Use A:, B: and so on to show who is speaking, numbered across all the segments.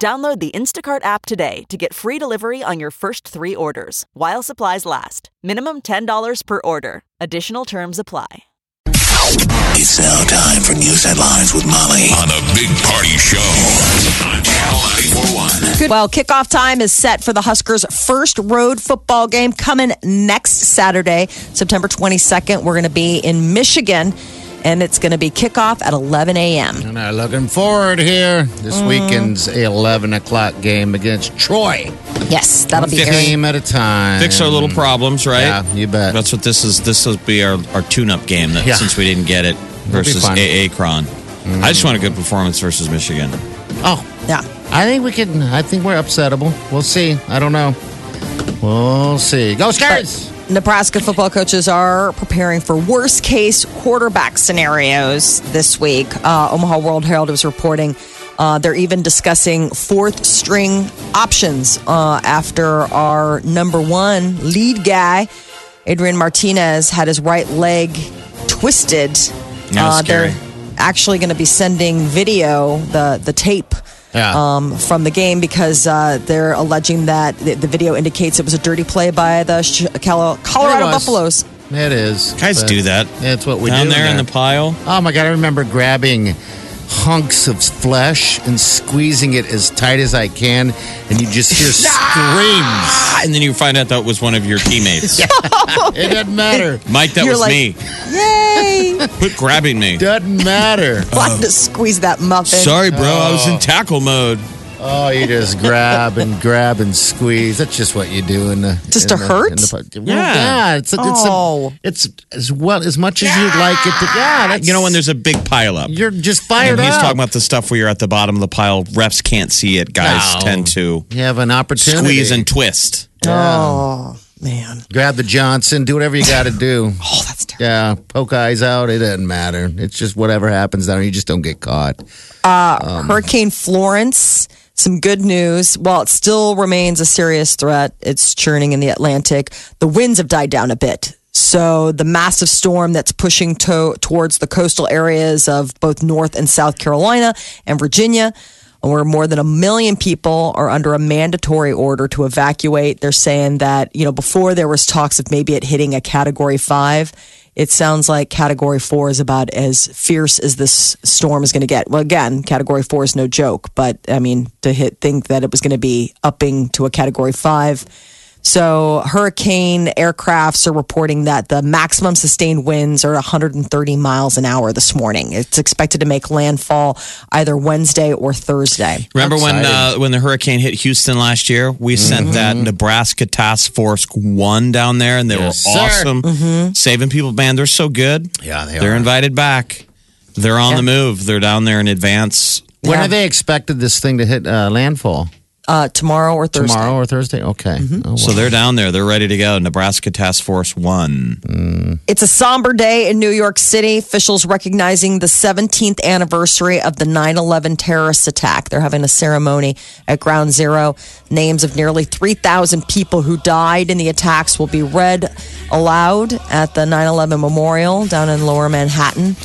A: Download the Instacart app today to get free delivery on your first three orders while supplies last. Minimum $10 per order. Additional terms apply.
B: It's now time for news headlines with Molly on the Big Party Show on Channel 941.
C: Good. Well, kickoff time is set for the Huskers' first road football game coming next Saturday, September 22nd. We're going to be in Michigan, and it's going to be kickoff at 11 a.m.
D: And I'm looking forward here. This
E: Mm.
D: weekend's 11 o'clock game against Troy.
C: Yes, that'll be
D: One
C: airing.
D: game at a time.
E: fix our little problems, right?
D: Yeah, you bet.
E: That's what this is. This will be our, our tune-up game that,
D: Yeah.
E: since we didn't get it
D: be
E: versus
D: fun.
E: AA Cron. I just want a good performance versus Michigan.
D: Oh,
C: Yeah.
D: I think we can. I think we're upsettable. We'll see. I don't know. We'll see. Go Scarves!
C: Nebraska football coaches are preparing for worst case quarterback scenarios this week. Uh, Omaha World Herald was reporting uh, they're even discussing fourth string options uh, after our number one lead guy, Adrian Martinez, had his right leg twisted. Uh,
E: That was
C: they're
E: scary.
C: actually going to be sending video, the, the tape.
D: Yeah.
C: Um, from the game because uh, they're alleging that the, the video indicates it was a dirty play by the Sh- Colo- Colorado
D: It was.
C: Buffaloes.
D: It is.
E: Guys
D: But
E: do that.
D: That's what we
E: Down
D: do
E: there in the pile.
D: Oh my god, I remember grabbing hunks of flesh and squeezing it as tight as I can, and you just hear screams.
E: Ah, And then you find out that was one of your teammates.
D: It doesn't matter.
E: Mike, that
C: You're
E: was
C: like-
E: me.
C: Yay!
E: Quit grabbing me.
D: Doesn't matter.
C: Wanted to squeeze that muffin.
E: Sorry, bro. I was in tackle mode.
D: Oh, you just grab and grab and squeeze. That's just what you do in the
C: Just
D: in
C: to
D: the-
C: hurt?
D: in the- well,
E: Yeah.
D: yeah. It's a, it's, a-
C: Oh.
D: it's as well as much as you'd like it to. Yeah, that's,
E: You know when there's a big pile up.
D: you're just fired
E: and he's
D: up.
E: talking about the stuff where you're at the bottom of the pile. Refs can't see it. Guys
D: No.
E: tend to
D: you have an opportunity.
E: squeeze and twist.
C: Oh man!
D: grab the Johnson. Do whatever you got to do.
C: Oh, that's terrible.
D: Yeah, poke eyes out. It doesn't matter. It's just whatever happens down there. You just don't get caught.
C: Hurricane Florence. Some good news. While it still remains a serious threat, it's churning in the Atlantic. The winds have died down a bit. So the massive storm that's pushing to- towards the coastal areas of both North and South Carolina and Virginia, where more than a million people are under a mandatory order to evacuate. They're saying that, you know, before there was talks of maybe it hitting a category five. It sounds like category four is about as fierce as this storm is going to get. Well, again, category four is no joke, but I mean, to hit, think that it was going to be upping to a category five. So, hurricane aircrafts are reporting that the maximum sustained winds are 130 miles an hour this morning. It's expected to make landfall either Wednesday or Thursday.
E: Remember when uh, when the hurricane hit Houston last year? We
D: Mm-hmm.
E: sent that Nebraska Task Force One down there, and they
D: Yes,
E: were
D: sir. Mm-hmm.
E: awesome, saving people. Man, they're so good.
D: Yeah, they
E: are
D: are.
E: invited back. They're on the move. They're down there in advance.
D: When
C: Yeah.
D: are they expected this thing to hit uh, landfall?
C: Uh, tomorrow or Thursday. Mm-hmm.
D: Tomorrow or Thursday? Okay. Oh,
E: So
D: wow.
E: they're down there. They're ready to go. Nebraska Task Force One.
C: It's a somber day in New York City. Officials recognizing the 17th anniversary of the 9 11 terrorist attack. They're having a ceremony at Ground Zero. Names of nearly 3,000 people who died in the attacks will be read aloud at the 9 11 memorial down in lower Manhattan.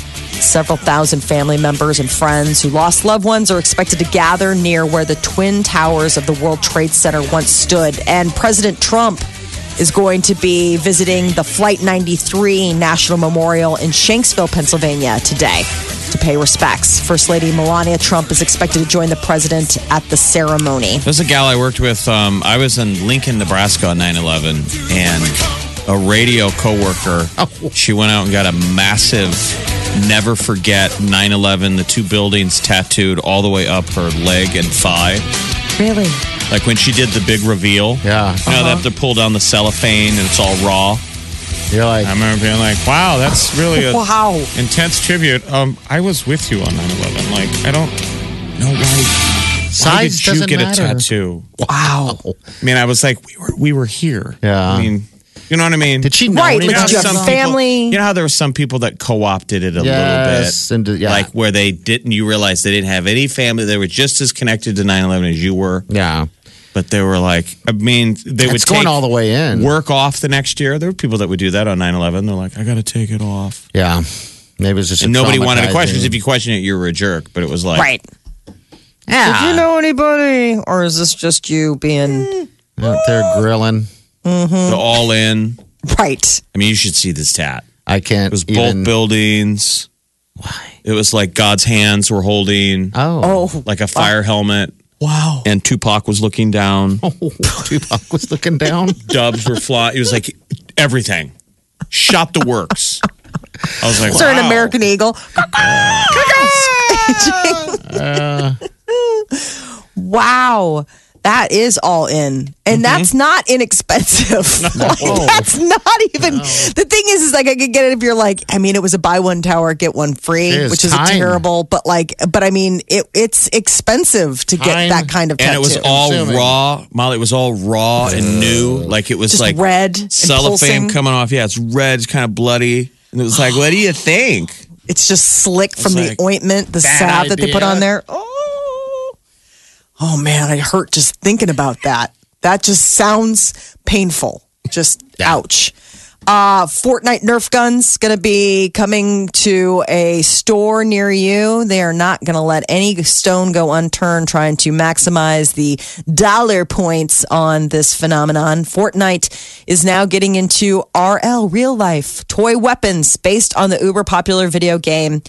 C: Several thousand family members and friends who lost loved ones are expected to gather near where the twin towers of the World Trade Center once stood. And President Trump is going to be visiting the Flight 93 National Memorial in Shanksville, Pennsylvania today to pay respects. First Lady Melania Trump is expected to join the president at the ceremony.
E: There's a gal I worked with. Um, I was in Lincoln, Nebraska on 9 11, and a radio coworker, she went out and got a massive, never forget 9 11, the two buildings tattooed all the way up her leg and thigh.
C: Really? Uh-huh.
E: Like when she did the big reveal.
D: Yeah.
E: You know, they have to pull down the cellophane and it's all raw.
D: You're like,
E: I remember being like, wow, that's really a
C: Wow.
E: intense tribute. Um, I was with you on 9 11. Like, I don't know why Why
D: Size
E: did you
D: doesn't
E: get
D: matter.
E: a tattoo?
C: Wow.
E: I mean, I was like, we were, we were here.
D: Yeah.
E: I mean, you know what I mean?
D: Did she know
C: Right,
D: anything?
C: like, did you have
E: some
C: family?
E: People, you know how there were some people that co-opted it a
D: Yes,
E: little
D: and,
E: bit,
D: uh, yeah.
E: like where they didn't. You realize they didn't have any family. They were just as connected to 9/11 as you were,
D: Yeah.
E: but they were like, I mean, they would
D: It's going
E: take
D: all the way in.
E: work off the next year. There were people that would do that on 9/11. They're like, I got to take it off,
D: Yeah. Maybe it's just
E: and
D: a
E: nobody wanted to
D: traumatizing-
E: question. 'cause If you question it, you were a jerk. But it was like,
C: Right.
D: Yeah.
C: Did you know anybody? Or is this just you being
D: Out there grilling.
E: the all in.
C: right?
E: I mean, you should see this tat.
D: I can't.
E: It was
D: even-
E: both buildings.
D: Why?
E: It was like God's hands were holding
D: Oh.
C: Oh,
E: like a fire helmet,
C: wow.
E: and Tupac was looking down.
D: Oh. Tupac was looking down.
E: Dubs were flying. It was like everything. Shop the works. I was like,
C: Is there an
E: wow.
C: American Eagle? wow. That is all in.
E: Mm-hmm.
C: And that's not inexpensive. Like, that's not even the thing is is like I could get it if you're like, I mean, it was a buy one tower, get one free,
D: It is
C: which is a
D: time.
C: terrible, but like but I mean it it's expensive to get
D: Time.
C: that kind of
E: And
C: tattoo.
E: it was all
D: Consuming.
E: raw, Molly. It was all raw and new. Like it was
C: Just
E: like
C: red and
E: cellophane
C: pulsing.
E: coming off. Yeah, it's red, it's kind of bloody. And it was like, what do you think?
C: It's just slick from the
E: like,
C: ointment, the
D: bad
C: salve that they put
D: idea.
C: on there. Oh, oh man, I hurt just thinking about that. That just sounds painful. Just ouch. Uh, Fortnite Nerf guns going to be coming to a store near you. They are not going to let any stone go unturned trying to maximize the dollar points on this phenomenon. Fortnite is now getting into RL, real life, toy weapons based on the uber popular video game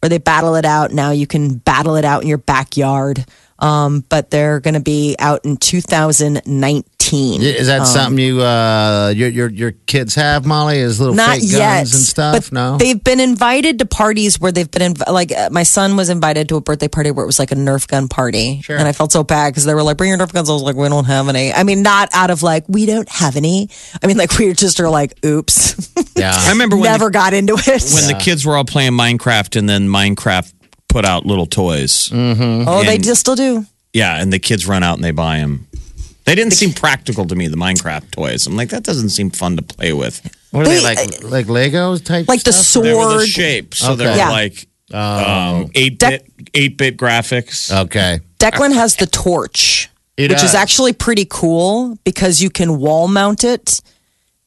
C: where they battle it out. Now you can battle it out in your backyard. Um, but they're going to be out in 2019.
D: Is that something you uh, your, your your kids have, Molly? Is little
C: not
D: fake
C: yet
D: guns and stuff?
C: But
D: no.
C: they've been invited to parties where they've been inv- like uh, my son was invited to a birthday party where it was like a Nerf gun party, sure. and I felt so bad because they were like, "Bring your Nerf guns." I was like, "We don't have any." I mean, not out of like we don't have any. I mean, like we just are like, "Oops,
E: I
D: yeah.
E: remember when,
C: never got into it."
E: the, when the kids were all playing Minecraft and then Minecraft put out little toys.
C: oh, they
E: and-
C: just still do.
E: Yeah, and the kids run out and they buy them. They didn't seem practical to me, the Minecraft toys. I'm like, that doesn't seem fun to play with.
D: What are they,
C: They-
D: like? Like Legos type?
C: Like the
D: stuff?
E: They were the
C: sword,
E: shape, so
D: Okay.
E: they were
C: Yeah.
E: like um, eight
C: Dec-
E: bit eight bit graphics.
D: okay.
C: Declan has the torch,
D: He
C: which
D: does.
C: is actually pretty cool because you can wall mount it.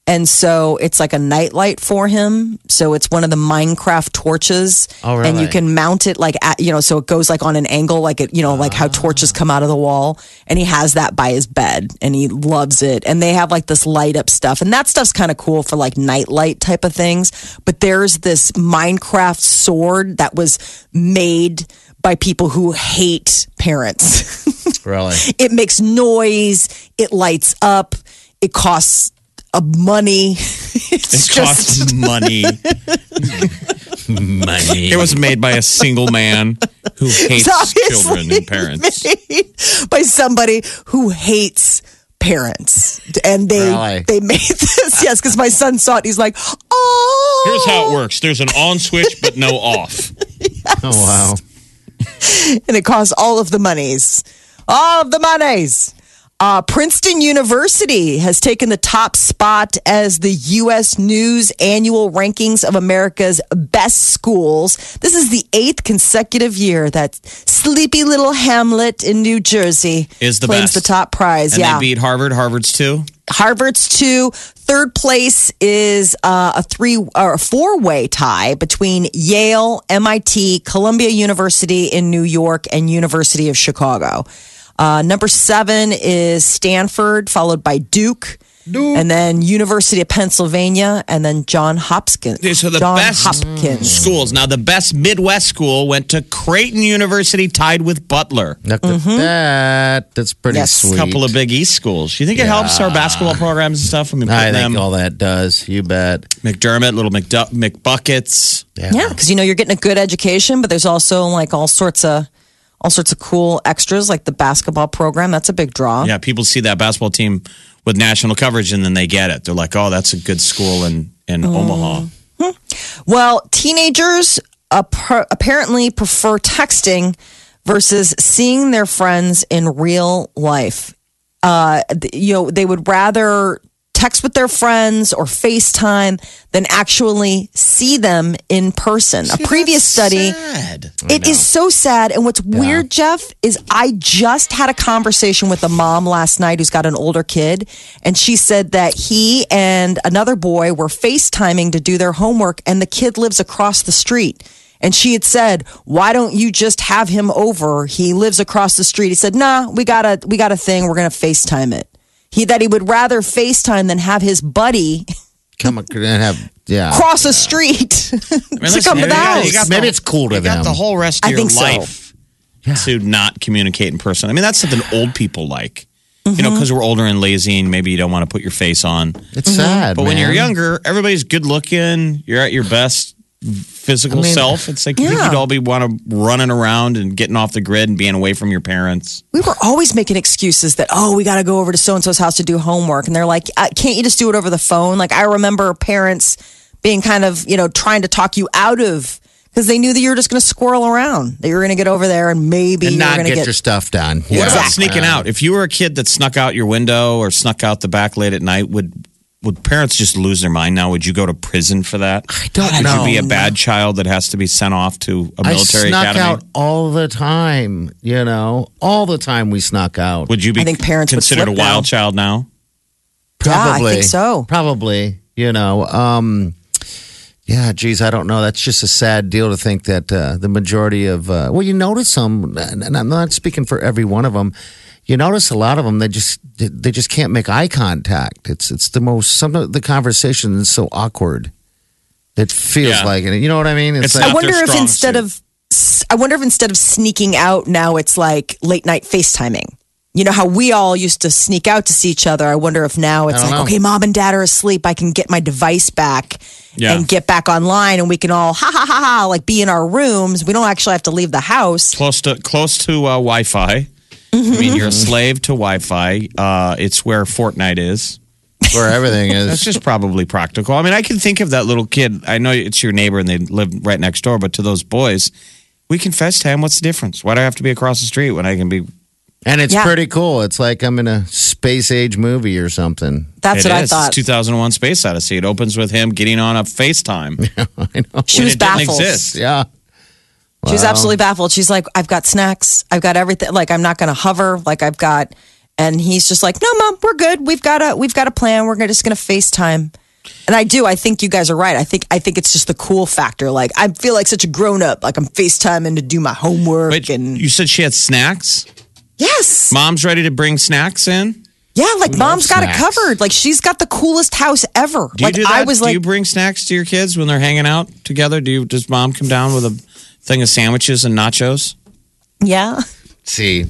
C: And so it's like a nightlight for him. So it's one of the Minecraft torches.
D: Oh,
C: And you
D: really?
C: can mount it like, at, you know, so it goes like on an angle, like it, you know, like how
D: Ah.
C: torches come out of the wall. And he has that by his bed and he loves it. And they have like this light up stuff. And that stuff's kind of cool for like nightlight type of things. But there's this Minecraft sword that was made by people who hate parents.
D: Really?
C: it makes noise it lights up it costs uh, money
E: It
C: it's just
E: cost money.
D: Money.
E: It was made by a single man who hates
C: obviously
E: children and parents.
C: made by somebody who hates parents and they
D: Really?
C: they made this yes because my son saw it he's like oh
E: Here's how it works. There's an on switch, but no off.
D: Oh wow.
C: and it costs all of the monies. All of the monies. Uh, Princeton University has taken the top spot as the U.S. News annual rankings of America's best schools. This is the eighth consecutive year that sleepy little Hamlet in New Jersey
E: Is the
C: claims
E: best.
C: the top prize.
E: And
C: yeah,
E: they beat Harvard. Harvard's too.
C: Harvard's two. Third place is uh, a three or a four way tie between Yale, MIT, Columbia University in New York, and University of Chicago. Uh, number seven is Stanford, followed by Duke, and then University of Pennsylvania, and then John Hopkins.
E: Okay, so the
C: John
E: best
C: Hopkins.
E: Schools. Now, the best Midwest school went to Creighton University, tied with Butler.
D: Look at that. That's pretty
C: Mm-hmm. Yes.
D: sweet.
E: A couple of Big East schools. You think it helps our basketball programs and stuff? I mean,
D: I
E: putting
D: think
E: them,
D: all that does. You bet.
E: McDermott, little McDu- McBuckets.
D: Mm.
C: Yeah, because you know you're getting a good education, but there's also like all sorts of all sorts of cool extras, like the basketball program. That's a big draw.
E: Yeah, people see that basketball team with national coverage and then they get it. They're like, oh, that's a good school in, in Omaha.
C: Well, teenagers appar- apparently prefer texting versus seeing their friends in real life. Uh, th- you know, they would rather text with their friends or FaceTime than actually see them in person. A previous study.
E: Sad.
C: It is so sad. And what's weird, Jeff, is I just had a conversation with a mom last night who's got an older kid. And she said that he and another boy were FaceTiming to do their homework, and the kid lives across the street. And she had said, "Why don't you just have him over? He lives across the street." He said, "Nah, we got a we got a thing. We're gonna FaceTime it." He that he would rather FaceTime than have his buddy
D: Come ac- and have yeah.
C: cross a street to
E: listen,
C: come to the
E: you got-
C: house.
E: you got
D: Maybe it's cool to
E: you got
D: them.
E: the whole rest of
C: I
E: your
C: think so.
E: life to not communicate in person. I mean, that's something old people like. You
C: Mm-hmm.
E: know, because we're older and lazy, and maybe you don't want to put your face on.
D: It's sad.
E: But when
D: man.
E: you're younger, everybody's good looking. You're at your best physical
D: I mean-
E: self. It's like you think
C: Yeah.
E: you'd all be want to running around and getting off the grid and being away from your parents.
C: we were always making excuses that oh we got to go over to so and so's house to do homework and they're like uh, can't you just do it over the phone like i remember parents being kind of you know trying to talk you out of because they knew that you were just going to squirrel around that you were going to get over there and maybe
D: and
C: you were
D: not
C: going to
D: get,
C: get,
D: your stuff done.
E: What about sneaking out? If you were a kid that snuck out your window or snuck out the back late at night, would would parents just lose their mind now? Would you go to prison for that? I
D: don't
E: would
D: know.
E: you be a bad child that has to be sent off to a
D: I
E: military
D: snuck
E: academy?
D: out all the time. You know, all the time we snuck out.
E: Would you be
C: I think parents would
E: considered a
C: flip
E: wild
C: now.
E: child now?
C: Yeah, I think so.
D: Probably. You know. Um, yeah, geez, I don't know. That's just a sad deal to think that uh, the majority of uh, well, you notice them, and I'm not speaking for every one of them. You notice a lot of them. They just they just can't make eye contact. It's it's the most some of the conversation is so awkward. It feels
E: Yeah.
D: like it. You know what I mean?
E: It's
D: like,
E: not
C: i wonder
E: their
C: if
E: strong
C: instead
E: suit.
C: of s- i wonder if instead of sneaking out now it's like late night facetiming you know how we all used to sneak out to see each other i wonder if now it's
D: I
C: like
D: don't know.
C: okay mom and dad are asleep i can get my device back
E: Yeah.
C: and get back online and we can all ha ha ha ha like be in our rooms we don't actually have to leave the house
E: close to close to uh, Wi-Fi. I mean, you're
C: Mm-hmm.
E: a slave to Wi-Fi. Uh, it's where Fortnite is.
D: where everything is.
E: That's just probably practical. I mean, I can think of that little kid. I know it's your neighbor and they live right next door, but to those boys, we can FaceTime. What's the difference? Why do I have to be across the street when I can be?
D: And it's
C: Yeah.
D: pretty cool. It's like I'm in a space age movie or something.
C: that's
E: It
C: what
E: is.
C: i thought
E: It's 2001 Space Odyssey. It opens with him getting on a FaceTime.
D: I know.
C: she
E: when
C: was
E: it didn't
C: baffled
E: exist.
D: Yeah.
C: She was absolutely baffled. She's like, I've got snacks. I've got everything. Like, I'm not going to hover. Like, I've got. And he's just like, No, mom, we're good. We've got a we've got a plan. We're gonna- just going to FaceTime. And I do. I think you guys are right. I think I think it's just the cool factor. Like, I feel like such a grown up. Like, I'm FaceTiming to do my homework.
E: Wait,
C: and
E: you said she had snacks.
C: yes,
E: Mom's ready to bring snacks in.
C: yeah. Like, mom's got it
D: snacks.
C: covered. Like, she's got the coolest house ever.
E: Do you
C: like,
E: do that?
C: I was
E: do
C: like,
E: you bring snacks to your kids when they're hanging out together? Do you? Does mom come down with a thing of sandwiches and nachos?
C: Yeah,
D: See,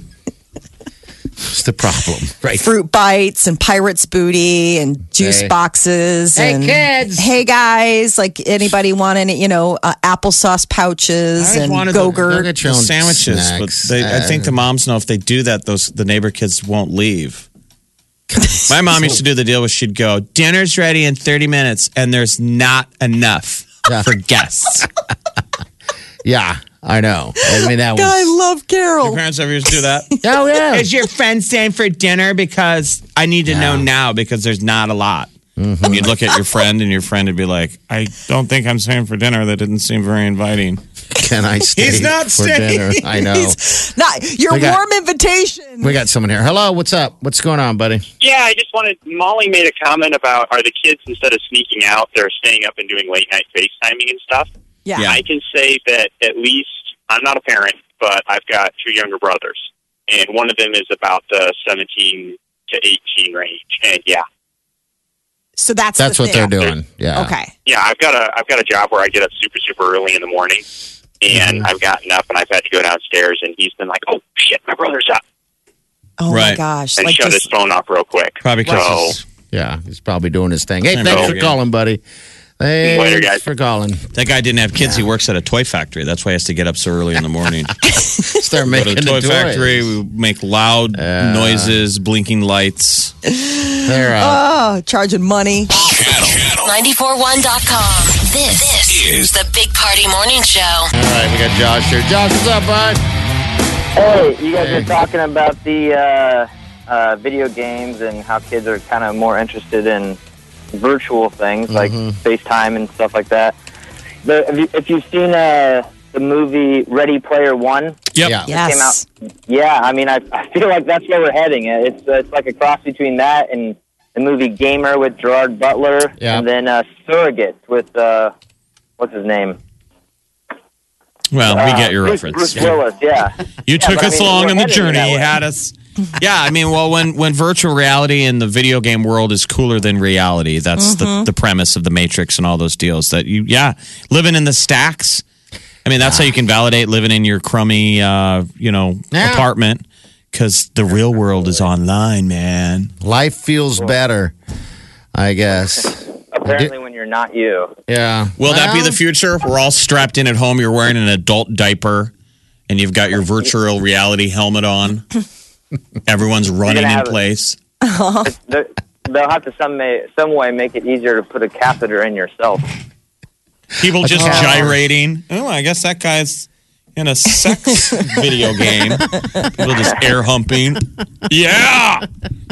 D: it's the problem, right?
C: fruit bites and pirates booty and juice
D: Hey.
C: boxes.
D: Hey,
C: and,
D: kids.
C: Hey guys! Like anybody want any? You know, uh, applesauce pouches
E: I
C: and
E: wanted the-
D: Go
C: Gogurt.
D: get your
E: the
D: own
E: sandwiches,
D: snacks.
E: but they, I
D: Uh,
E: think the moms know if they do that, those the neighbor kids won't leave. My mom used to do the deal where she'd go, "Dinner's ready in thirty minutes, and there's not enough
D: Yeah.
E: for guests."
D: yeah, I know. I mean, that
C: I
D: was.
C: love Carol.
E: Parents ever used to do that.
D: Oh yeah,
E: Is your friend staying for dinner? Because I need to know now because there's not a lot.
D: Mm-hmm.
E: And you'd look at your friend, and your friend would be like, "I don't think I'm staying for dinner. That didn't seem very inviting."
D: can I stay?
E: He's not
D: for
E: staying.
D: Dinner? I know.
C: Not your
D: We got-
C: warm invitation.
D: We got someone here. Hello, what's up? What's going on, buddy?
F: Yeah, I just wanted. Molly made a comment about are the kids instead of sneaking out, they're staying up and doing late night FaceTiming and stuff.
C: Yeah.
E: Yeah.
F: I can say that at least I'm not a parent, but I've got two younger brothers, and one of them is about the 17 to 18 range. And yeah,
C: So that's
D: That's
C: the
D: what they're
C: thing.
D: doing. Yeah.
C: Okay.
F: yeah, I've got a I've got a job where I get up super super early in the morning, and I've gotten up and I've had to go downstairs, and he's been like, "Oh shit, my brother's up,"
C: Oh my
E: Right.
C: gosh!
F: and
C: Like
F: shut
C: just,
F: his phone off real quick.
E: Probably because
F: so.
E: it's-
D: Yeah, he's probably doing his thing. Hey,
E: Same
D: thanks
E: dog
D: for
E: again.
D: calling, buddy. Thanks
F: Later, guys.
D: for calling.
E: That guy didn't have kids. He works at a toy factory. That's why he has to get up so early in the morning.
D: Start
E: Go to
D: making
E: the
D: the
E: toy
D: toys.
E: factory. We make loud noises, blinking lights.
D: They're out.
C: oh, charging money.
B: Channel
G: 941.com. This, this
B: is
G: is the Big Party Morning Show.
D: All right, we got Josh here. Josh, what's up, bud?
H: Hey, you guys are talking about the uh, uh, video games and how kids are kind of more interested in virtual things like
E: Mm-hmm.
H: FaceTime and stuff like that. The, if, you, if you've seen uh, the movie Ready Player One,
E: Yep.
D: Yeah.
H: came out.
C: Yes.
H: Yeah, I mean, I, I feel like that's where we're heading. It's uh, it's like a cross between that and the movie Gamer with Gerard Butler,
D: Yeah.
H: and then uh, Surrogate with uh, what's his name?
E: Well, we get your
H: Uh, Bruce-
E: reference.
H: Bruce Willis. Yeah.
E: You
H: Yeah,
E: took
H: but I
E: us
H: mean,
E: along
H: we're
E: on the
H: headed
E: journey.
H: that
E: You
H: way.
E: had us. Yeah, I mean, well, when when virtual reality in the video game world is cooler than reality, that's the, the premise of the Matrix and all those deals. That you, yeah, living in the stacks. I mean, that's how you can validate living in your crummy, uh, you know,
D: Yeah.
E: apartment because the real world is online, man.
D: Life feels better, I guess.
H: Apparently, when you're not you.
D: Yeah.
E: Will that be
D: Well,
E: the future? We're all strapped in at home. You're wearing an adult diaper, and you've got your virtual reality helmet on. Everyone's running in
H: have it.
E: place.
H: They're- They'll have to some may, some way make it easier to put a catheter in yourself.
E: People just
D: cat.
E: gyrating. Oh, I guess that guy's in a sex video game. People just air humping. Yeah.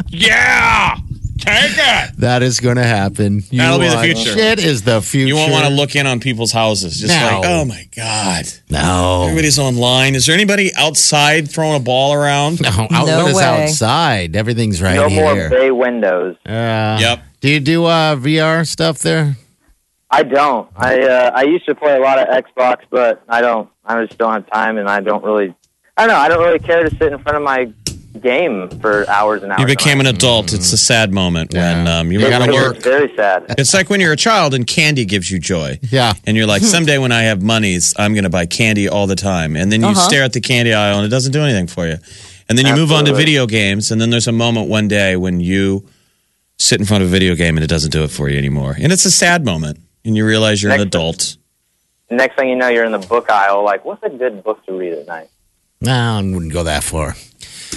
E: Yeah. Take it.
D: That is going to happen. You
E: That'll be the
D: are-
E: future.
D: It is the future.
E: You won't want to look in on people's houses. Just
D: No.
E: like, oh my God.
D: No.
E: Everybody's online. Is there anybody outside throwing a ball around?
D: No, outlet is
C: way.
D: outside. Everything's right
H: No more
D: here.
H: bay windows.
D: Yeah.
E: Yep.
D: Do you do uh, VR stuff there?
H: I don't. I uh, I used to play a lot of Xbox, but I don't. I just don't have time, and I don't really. I don't know. I don't really care to sit in front of my game for hours and hours.
E: You became
H: on
E: an adult. It's a sad moment when
D: Yeah.
E: um, you
D: You
E: are
H: end.
E: gotta
H: It was
E: work.
H: Very sad.
E: It's like when you're a child and candy gives you joy.
D: Yeah.
E: And you're like, someday when I have monies, I'm going to buy candy all the time. And then you
D: Uh-huh.
E: stare at the candy aisle and it doesn't do anything for you. And then you move on to
H: Absolutely.
E: video games. And then there's a moment one day when you sit in front of a video game and it doesn't do it for you anymore. And it's a sad moment. And you realize you're an
H: Next-
E: adult.
H: Next thing you know, you're in the book aisle. Like, what's a good book to read at night?
D: No, I wouldn't go that far.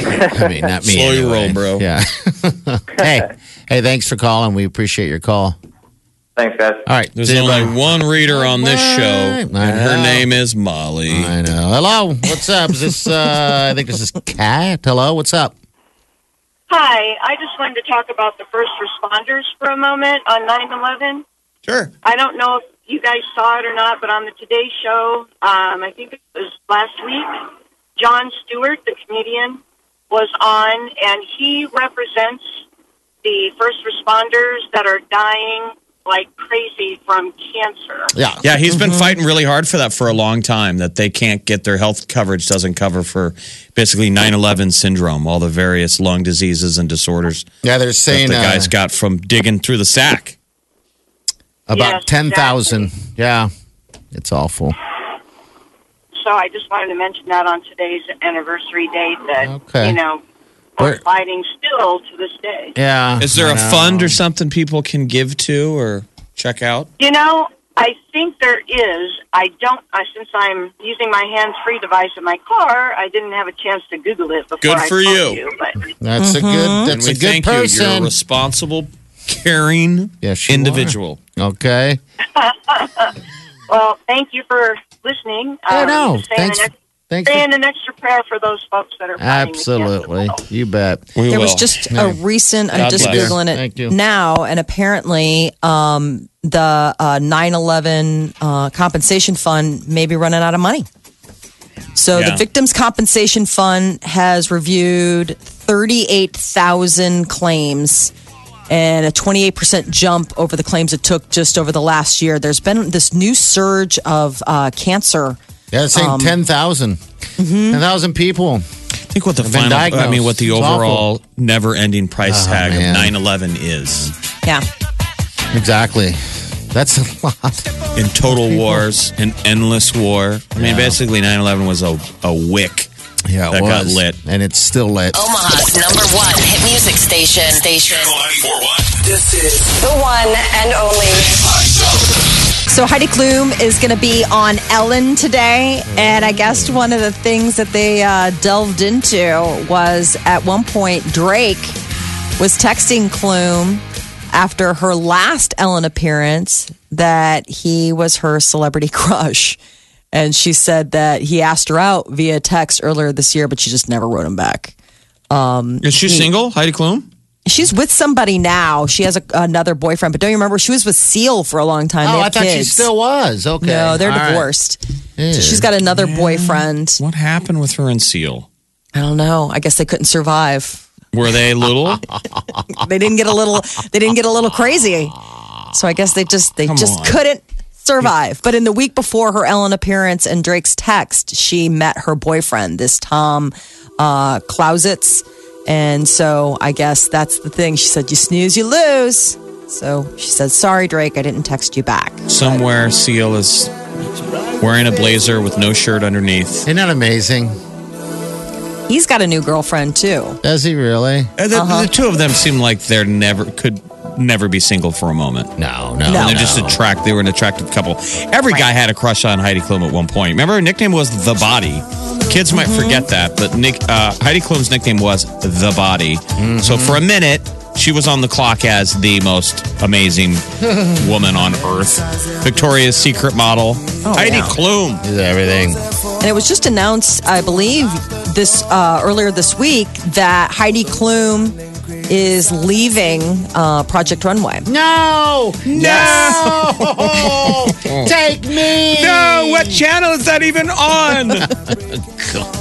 D: I mean, not me.
E: Slow your
D: anyway.
E: roll, bro.
D: Yeah. hey, hey, thanks for calling. We appreciate your call.
H: Thanks, guys.
D: All right.
E: There's
D: see you,
E: only
D: bud.
E: one reader on this show. And
D: uh, I
E: her
D: know.
E: name is Molly.
D: I know. Hello. What's up? Is this? Uh, I think this is Kat. Hello. What's up?
I: Hi, I just wanted to talk about the first responders for a moment on 9 11.
E: Sure.
I: I don't know if you guys saw it or not, but on the Today Show, um, I think it was last week, John Stewart, the comedian, was on, and he represents the first responders that are dying like crazy from cancer.
D: Yeah.
E: Yeah, he's
D: Mm-hmm.
E: been fighting really hard for that for a long time that they can't get their health coverage doesn't cover for basically 9/11 syndrome, all the various lung diseases and disorders
D: Yeah. They're
E: that
D: saying
E: the
D: uh,
E: guys got from digging through the sack.
D: about
I: Yes,
D: ten thousand. Yeah. It's awful.
I: So I just wanted to mention that on today's anniversary date that,
D: Okay.
I: you know, we're
D: Where-
I: fighting still to this day.
D: Yeah.
E: Is there
D: I
E: a
D: know.
E: fund or something people can give to or check out?
I: You know, I think there is. I don't, uh, since I'm using my hands free device in my car, I didn't have a chance to Google it before.
E: Good
I: I
E: for
I: called
E: you.
I: but
D: That's a
I: Mm-hmm.
D: good.
E: And
D: That's
E: we
D: a good
E: thank you. You're a
D: person.
E: responsible, caring
D: Yes, you
E: individual.
D: okay.
I: well, thank you for listening. Um,
D: I know.
I: saying
D: Oh, Thanks.
I: An ex-
D: Thanks. for-
I: saying an extra prayer for those folks that are fighting the
D: Absolutely.
I: cancer.
D: You bet.
E: We
C: There was
E: will.
C: just
D: No.
C: a recent. I'm
E: God
C: just
E: bless.
C: googling it
D: Thank you.
C: now, and apparently, um, the uh, 9/11 uh, compensation fund may be running out of money. So
E: Yeah.
C: the Victims Compensation Fund has reviewed 38,000 claims and a 28% jump over the claims it took just over the last year. There's been this new surge of uh, cancer.
D: Yeah, it's saying
I: Um,
D: 10,000.
I: Mm-hmm.
D: 10,000 people.
E: I think what the
D: I've been
E: final, I mean, what the
D: diagnosed. It's
E: overall never-ending price
D: Oh,
E: tag
D: man.
E: of 9/11 is
C: Yeah.
D: Exactly. That's a lot.
E: in total wars, an endless war. I mean, basically, 9/11 was a, a wick.
D: Yeah, it
E: That got
D: was.
E: lit.
D: And it's still lit.
I: Oh,
G: Omaha's number one hit music station. Station.
B: Channel 941. This is
J: The one and only.
B: my show.
C: So Heidi Klum is going to be on Ellen today, and I guess one of the things that they uh, delved into was at one point Drake was texting Klum after her last Ellen appearance that he was her celebrity crush, And she said that he asked her out via text earlier this year, but she just never wrote him back. Um,
E: Is she single, Heidi Klum?
C: She's with somebody now. She has a, another boyfriend, but don't you remember? She was with Seal for a long time. They
D: Oh, I
C: have
D: thought she
C: kids.
D: still was. Okay.
C: No, they're
D: All right. Hmm.
C: divorced.
D: Ew.
C: So she's got another boyfriend.
E: What happened with her and Seal?
C: I don't know. I guess they couldn't survive.
E: Were they little?
C: They didn't get a little. They didn't get a little crazy. So I guess they just they
E: Come
C: just
E: on.
C: couldn't survive. But in the week before her Ellen appearance and Drake's text, she met her boyfriend, this Tom uh, Clausitz. And so I guess that's the thing. She said, "You snooze, you lose." So she said, "Sorry, Drake, I didn't text you back."
E: Somewhere, Seal is wearing a blazer with no shirt underneath.
D: Isn't that amazing?
C: He's got a new girlfriend too.
D: Does he really?
E: And Uh, the,
C: Uh-huh.
E: the two of them seem like they're never could never be single for a moment.
D: No, Oh, no.
C: No.
E: They're just attract. They were an attractive couple. Every guy had a crush on Heidi Klum at one point. Remember, her nickname was the Body. Kids might
C: Mm-hmm.
E: forget that, but Nick uh, Heidi Klum's nickname was the Body. So for a minute, she was on the clock as the most amazing woman on earth, Victoria's Secret model, Heidi
C: Oh, yeah.
E: Klum.
D: Is everything.
C: And it was just announced, I believe, this uh, earlier this week that Heidi Klum is leaving uh, Project Runway.
D: No! No! Take me!
E: No, what channel is that even on?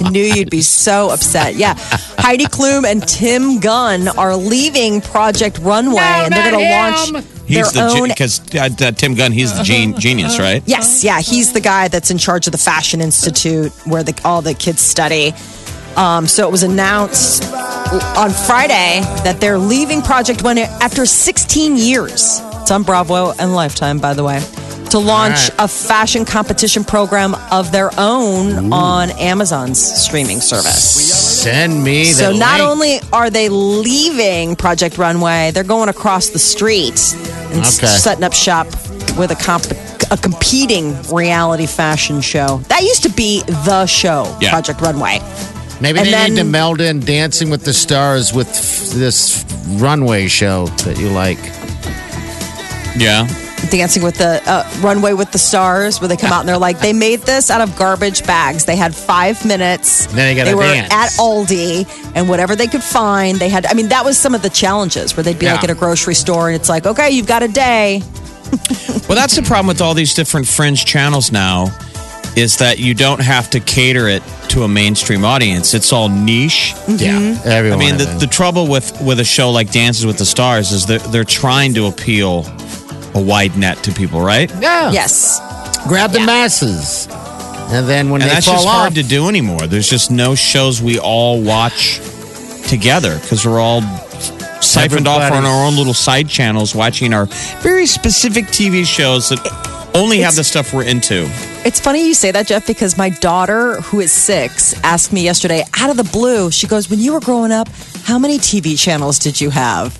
C: I knew you'd be so upset. Yeah, Heidi Klum and Tim Gunn are leaving Project Runway, and they're going to launch their
E: He's the
C: own. Uh-huh.
E: because uh, uh, Tim Gunn. He's the gen- genius, right?
C: yes, yeah, he's the guy that's in charge of the Fashion Institute where the, all the kids study. Um, so it was announced on Friday that they're leaving Project One after 16 years. It's on Bravo and Lifetime, by the way, to launch a
D: right.
C: fashion competition program of their own on Amazon's streaming service.
D: Send me
C: So
D: the
C: not
D: link.
C: only are they leaving Project Runway, they're going across the street and s-
D: Okay.
C: setting up shop with a comp- a competing reality fashion show. That used to be the show,
E: Yeah.
C: Project Runway.
D: Maybe
C: and
D: they need to
C: then-
D: meld in Dancing with the Stars with f- this runway show that you like.
E: Yeah.
C: Dancing with the uh, Runway with the Stars, where they come out and they're like, they made this out of garbage bags. They had five minutes.
D: Then they gotta
C: were
D: dance.
C: at Aldi, and whatever they could find, they had. I mean, that was some of the challenges where they'd be
E: Yeah.
C: like at a grocery store, and it's like, okay, you've got a day.
E: Well, that's the problem with all these different fringe channels now, is that you don't have to cater it to a mainstream audience. It's all niche.
D: Yeah.
E: I
D: Everyone.
E: mean, the, the trouble with with a show like Dances with the Stars is that they're trying to appeal a wide net to people, right?
D: yeah.
C: Yes.
D: Grab the masses. And then when
E: And
D: they
E: that's
D: fall
E: just
D: off,
E: hard to do anymore. There's just no shows we all watch together because we're all siphoned off on
D: Everybody's-
E: our own little side channels watching our very specific TV shows that only have the stuff we're into.
C: It's funny you say that, Jeff, because my daughter, who is six, asked me yesterday out of the blue. She goes, When you were growing up, how many TV channels did you have?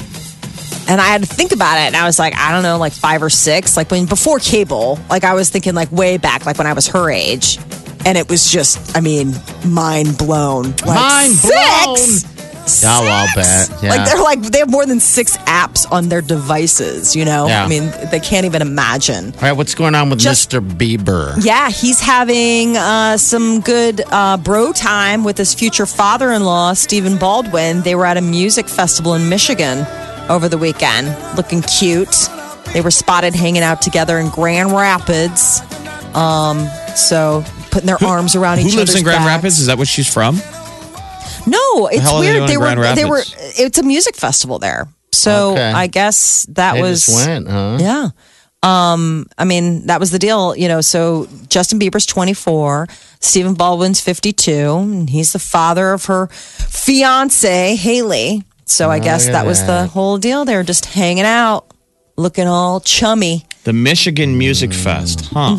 C: And I had to think about it. And I was like, I don't know, like five or six. Like when before cable, like I was thinking like way back, like when I was her age. And it was just, I mean, mind blown. Like
D: Mind
C: six?
D: Oh, I'll
C: Six?
D: bet. Yeah.
C: Like they're like, they have more than six apps on their devices, you know?
D: Yeah.
C: I mean, they can't even imagine.
D: All right, what's going on with
C: Just-
D: Mr. Bieber?
C: Yeah, he's having uh, some good uh, bro time with his future father in law, Stephen Baldwin. They were at a music festival in Michigan over the weekend, looking cute. They were spotted hanging out together in Grand Rapids. Um, so putting their arms around each
E: Who
C: other.
E: lives in Grand Rapids? Is that where she's from?
C: No, it's
E: hell are they
C: weird.
E: doing
C: They
E: in
C: were
E: Grand
C: they were
E: Rapids?
C: it's a music festival there. So
D: Okay.
C: I guess that
D: They
C: was
D: just went, huh?
C: yeah. Um, I mean, that was the deal, you know. So Justin Bieber's 24, Stephen Baldwin's 52, and he's the father of her fiance, Haley. So I guess
D: look at
C: that was the whole deal. They were just hanging out, looking all chummy.
E: The Michigan Music Fest, huh?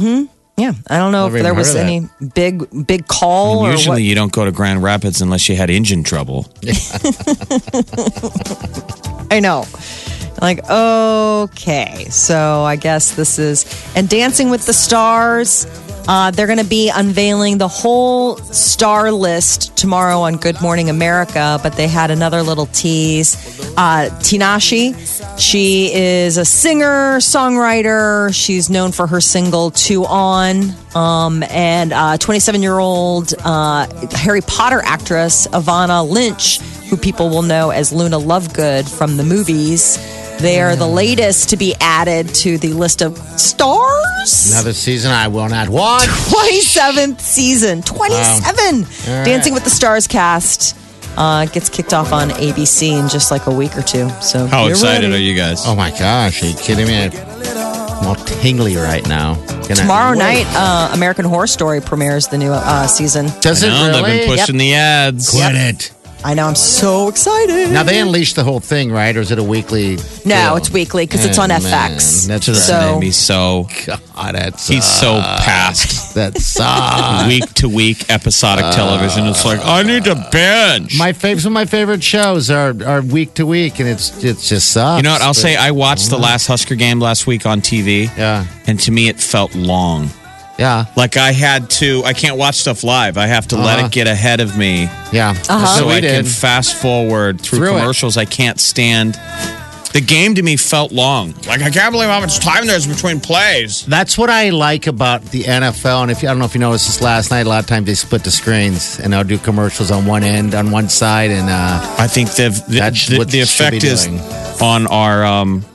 C: Yeah. I don't know
D: Never
C: if
D: even
C: there
D: heard
C: was
D: of that.
C: any big, big call or
E: Usually
C: what.
E: you don't go to Grand Rapids unless you had engine trouble.
C: I know. Like, okay. So I guess this is. And Dancing with the Stars. Uh, they're going to be unveiling the whole star list tomorrow on Good Morning America, but they had another little tease. Uh, Tinashi, she is a singer, songwriter. She's known for her single Two On. Um, and uh, 27 year old uh, Harry Potter actress Ivana Lynch, who people will know as Luna Lovegood from the movies. They are the
E: Mm.
C: latest to be added to the list of stars.
D: Another season I will not watch.
C: 27th season. 27!
D: right.
C: Dancing with the Stars cast uh, gets kicked off on ABC in just like a week or two. So
E: How
C: get
E: Oh, excited
C: ready.
E: are you guys?
D: Oh my gosh, are you kidding me? I'm all tingly right now. Can I-
C: Tomorrow
D: Wait.
C: night, uh, American Horror Story premieres the new uh, season.
D: Does
E: I
D: it
E: know,
D: really?
E: They've been pushing the ads.
D: Quit it.
C: I know, I'm so excited.
D: Now they unleash the whole thing, right? Or is it a weekly?
C: no,
D: deal?
C: it's weekly because it's
D: Oh,
C: on
D: man.
C: FX.
D: That's right.
C: so,
E: Made me so.
D: God, that's
E: He's so past.
D: that sucks.
E: Week to week episodic television. It's like I need to binge.
D: Uh, my fav- some of my favorite shows are are week to week, and it's it's just sucks.
E: you know what? I'll
D: but-
E: say I watched the last Husker game last week on TV,
D: Mm-hmm. Yeah,
E: and to me it felt long.
D: yeah,
E: Like I had to. I can't watch stuff live. I have to let
D: Uh-huh.
E: it get ahead of me.
D: yeah.
C: Uh-huh.
D: So
E: so
D: we
E: I
D: did.
E: can fast forward through,
D: Through it.
E: commercials. I can't stand. The game to me felt long. Like I can't believe how much time there's between plays.
D: That's what I like about the NFL. And if you, I don't know if you noticed this last night, a lot of times they split the screens and they'll do commercials on one end, on one side, and uh,
E: I think they've, the
D: That's
E: the,
D: what
E: the
D: should
E: effect
D: be
E: is
D: doing.
E: on our um